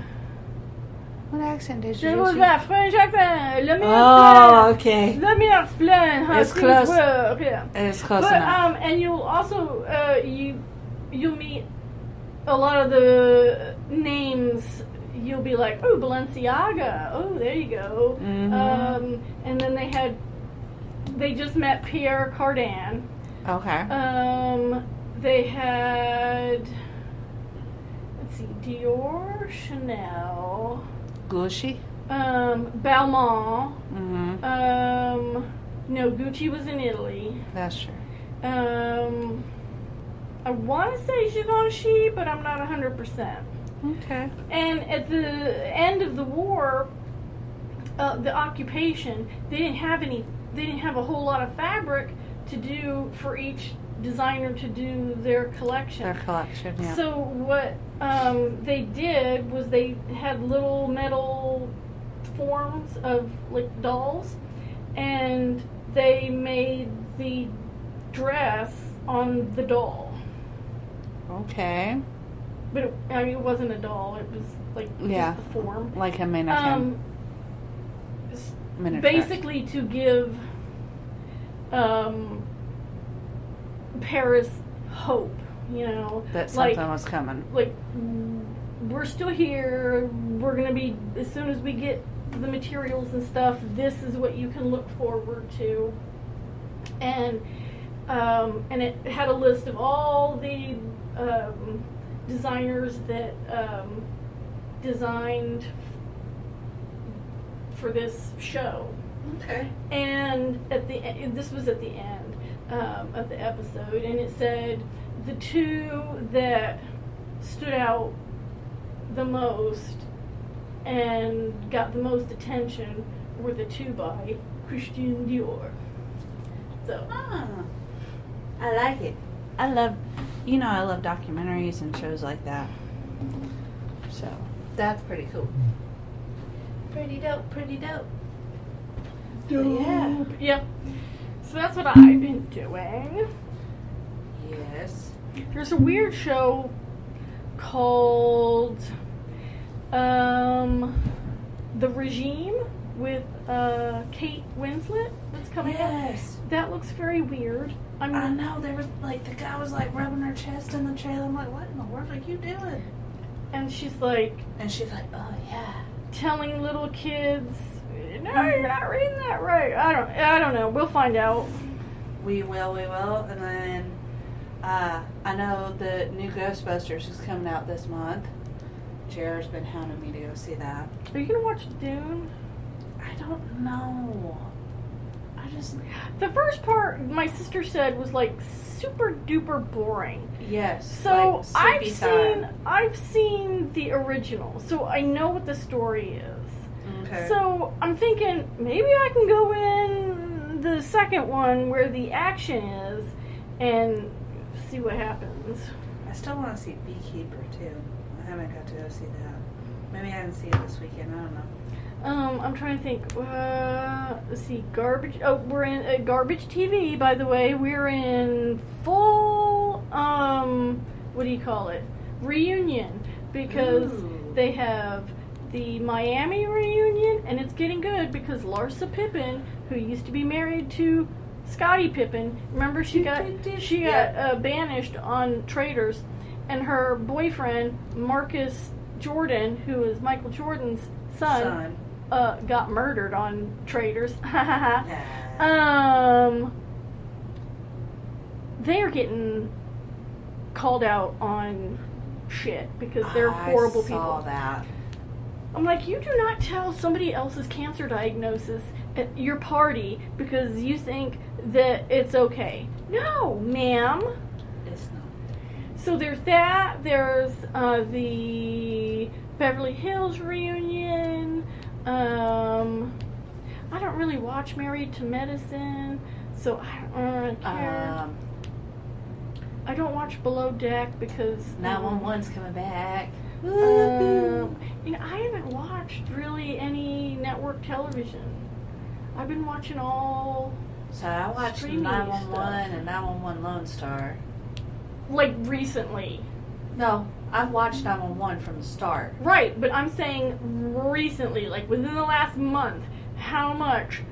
Speaker 2: What accent did you
Speaker 1: Je
Speaker 2: just
Speaker 1: vous
Speaker 2: do?
Speaker 1: la French accent. Let me
Speaker 2: Oh,
Speaker 1: explain.
Speaker 2: okay.
Speaker 1: Let me explain how
Speaker 2: It's
Speaker 1: things
Speaker 2: close.
Speaker 1: work. Yeah.
Speaker 2: It's close
Speaker 1: but
Speaker 2: enough.
Speaker 1: um, and you'll also uh, you you'll meet a lot of the names. You'll be like, oh, Balenciaga. Oh, there you go.
Speaker 2: Mhm.
Speaker 1: Um, and then they had they just met Pierre Cardin.
Speaker 2: okay.
Speaker 1: Um, they had let's see, Dior, Chanel,
Speaker 2: Gushy.
Speaker 1: um, Balmain.
Speaker 2: Mm-hmm.
Speaker 1: Um, no, Gucci was in Italy.
Speaker 2: That's true.
Speaker 1: Um, I want to say Givenchy, but I'm not 100%.
Speaker 2: Okay.
Speaker 1: And at the end of the war, uh, the occupation, they didn't have any, they didn't have a whole lot of fabric to do for each designer to do their collection.
Speaker 2: Their collection, yeah.
Speaker 1: So what um, they did was they had little metal forms of like dolls, and they made the dress on the doll.
Speaker 2: Okay.
Speaker 1: But it, I mean, it wasn't a doll. It was like
Speaker 2: Yeah.
Speaker 1: just the form.
Speaker 2: Like a minute.
Speaker 1: Um, s- basically to give um, Paris hope. You know,
Speaker 2: that something
Speaker 1: like-
Speaker 2: was coming.
Speaker 1: like mm, we're still here. We're gonna be as soon as we get the materials and stuff. This is what you can look forward to, and um, and it had a list of all the um, designers that um, designed for this show
Speaker 3: Okay.
Speaker 1: and at the e- this was at the end um, of the episode, and it said the two that stood out the most and got the most attention were the two by Christian Dior. So
Speaker 3: Ah, I like it.
Speaker 2: I love, you know, I love documentaries and shows like that. So
Speaker 3: That's pretty cool. Pretty dope. Pretty dope.
Speaker 1: yeah, yeah. So that's what I've been doing.
Speaker 3: Yes.
Speaker 1: There's a weird show called um, The Regime with uh, Kate Winslet that's coming
Speaker 3: Yes.
Speaker 1: up. That looks very weird. I'm
Speaker 3: I know there was like the guy was like rubbing her chest in the trailer. I'm like, what in the world are you doing?
Speaker 1: and she's like
Speaker 3: And she's like, oh yeah.
Speaker 1: telling little kids,
Speaker 3: Mm-hmm.
Speaker 1: "No, you're not reading that right." I don't. I don't know. We'll find out.
Speaker 2: we will, we will, and then uh, I know the new Ghostbusters is coming out this month. Jared's been hounding me to go see that.
Speaker 1: Are you gonna watch Dune?
Speaker 2: I don't know.
Speaker 3: I just
Speaker 1: The first part, my sister said, was like super duper boring.
Speaker 2: Yes.
Speaker 1: So
Speaker 2: like,
Speaker 1: I've
Speaker 2: sleepy
Speaker 1: seen
Speaker 2: time.
Speaker 1: I've seen the original, so I know what the story is.
Speaker 2: Okay.
Speaker 1: So I'm thinking maybe I can go in the second one where the action is and see what happens.
Speaker 2: I still want to see Beekeeper too. I haven't got to go see that. Maybe I can see it this weekend. I don't know.
Speaker 1: Um, I'm trying to think. Uh, let's see, garbage. Oh, we're in uh, garbage TV. By the way, we're in full. Um, what do you call it? Reunion because
Speaker 3: Ooh.
Speaker 1: they have the Miami reunion, and it's getting good because Larsa Pippen, who used to be married to Scottie Pippen, remember she got she got uh, banished on Traders, and her boyfriend Marcus Jordan, who is Michael Jordan's son
Speaker 2: Son.
Speaker 1: uh, got murdered on traders.
Speaker 2: Nah.
Speaker 1: um, they're getting called out on shit because they're horrible
Speaker 2: I saw
Speaker 1: people.
Speaker 2: that.
Speaker 1: I'm like, you do not tell somebody else's cancer diagnosis at your party because you think that it's okay. No, ma'am.
Speaker 2: It's not.
Speaker 1: So there's that. There's uh, the Beverly Hills reunion. Um, I don't really watch Married to Medicine, so I don't really care.
Speaker 2: Um,
Speaker 1: I don't watch Below Deck because um,
Speaker 2: 911's coming back.
Speaker 1: Um, you know, I haven't watched really any network television. I've been watching all
Speaker 2: so I watched
Speaker 1: streaming
Speaker 2: 911
Speaker 1: stuff.
Speaker 2: and 911 Lone Star.
Speaker 1: like recently,
Speaker 2: No, I've watched 911 from the start.
Speaker 1: right? But I'm saying recently, like within the last month, how much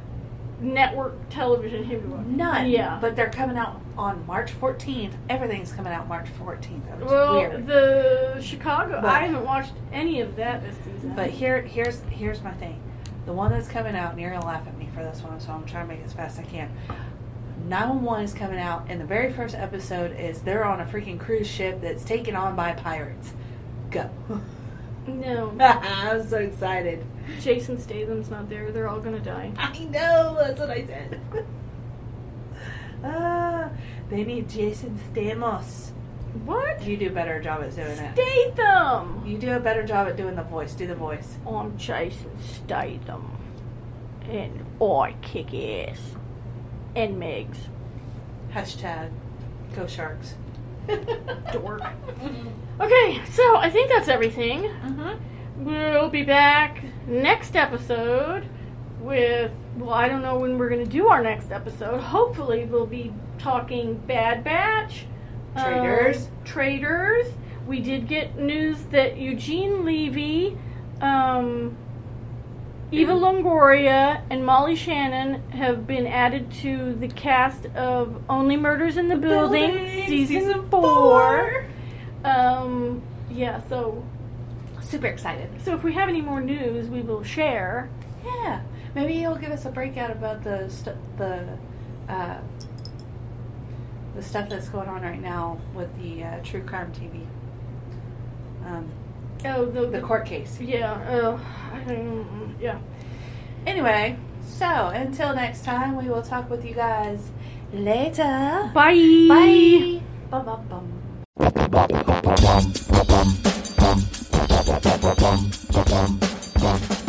Speaker 1: network television have you watched?
Speaker 2: None.
Speaker 1: Yeah.
Speaker 2: But they're coming out on March 14th. Everything's coming out March 14th. That was
Speaker 1: Well,
Speaker 2: weird.
Speaker 1: the Chicago.
Speaker 2: But-
Speaker 1: I haven't watched any of that this season.
Speaker 2: But here, here's here's my thing. The one that's coming out, and you're gonna laugh at me for this one, so I'm trying to make it as fast as I can. 911 is coming out, and the very first episode is they're on a freaking cruise ship that's taken on by pirates. Go!
Speaker 1: no,
Speaker 2: Uh, I'm so excited.
Speaker 1: Jason Statham's not there. They're all gonna die.
Speaker 2: I know that's what I said. ah, they need Jason Stamos.
Speaker 1: What?
Speaker 2: You do a better job at doing it.
Speaker 1: Statham.
Speaker 2: You do a better job at doing the voice. Do the voice.
Speaker 1: I'm Jason Statham, and I kick ass. And Megs.
Speaker 2: Hashtag Go Sharks.
Speaker 1: Dork. Okay, so I think that's everything.
Speaker 2: Mm-hmm.
Speaker 1: We'll be back next episode with. Well, I don't know when we're going to do our next episode. Hopefully, we'll be talking Bad Batch um,
Speaker 3: Traitors.
Speaker 1: traitors. We did get news that Eugene Levy, um, Eva Longoria, and Molly Shannon have been added to the cast of Only Murders in the, Building, season, four. Um, yeah. So,
Speaker 2: Super excited.
Speaker 1: so if we have any more news, we will share.
Speaker 2: Yeah, maybe you'll give us a breakout about the stu- the uh, the stuff that's going on right now with the uh, true crime TV, um,
Speaker 1: Oh, the,
Speaker 2: the
Speaker 1: the-
Speaker 2: court case.
Speaker 1: Yeah. Oh, I don't- yeah.
Speaker 2: Anyway, so until next time, we will talk with you guys later.
Speaker 1: Bye.
Speaker 2: Bye. Bum, bum, bum.
Speaker 4: Bum, bum, bum, bum, bum, bum, bum, bum, bum, bum, bum, bum.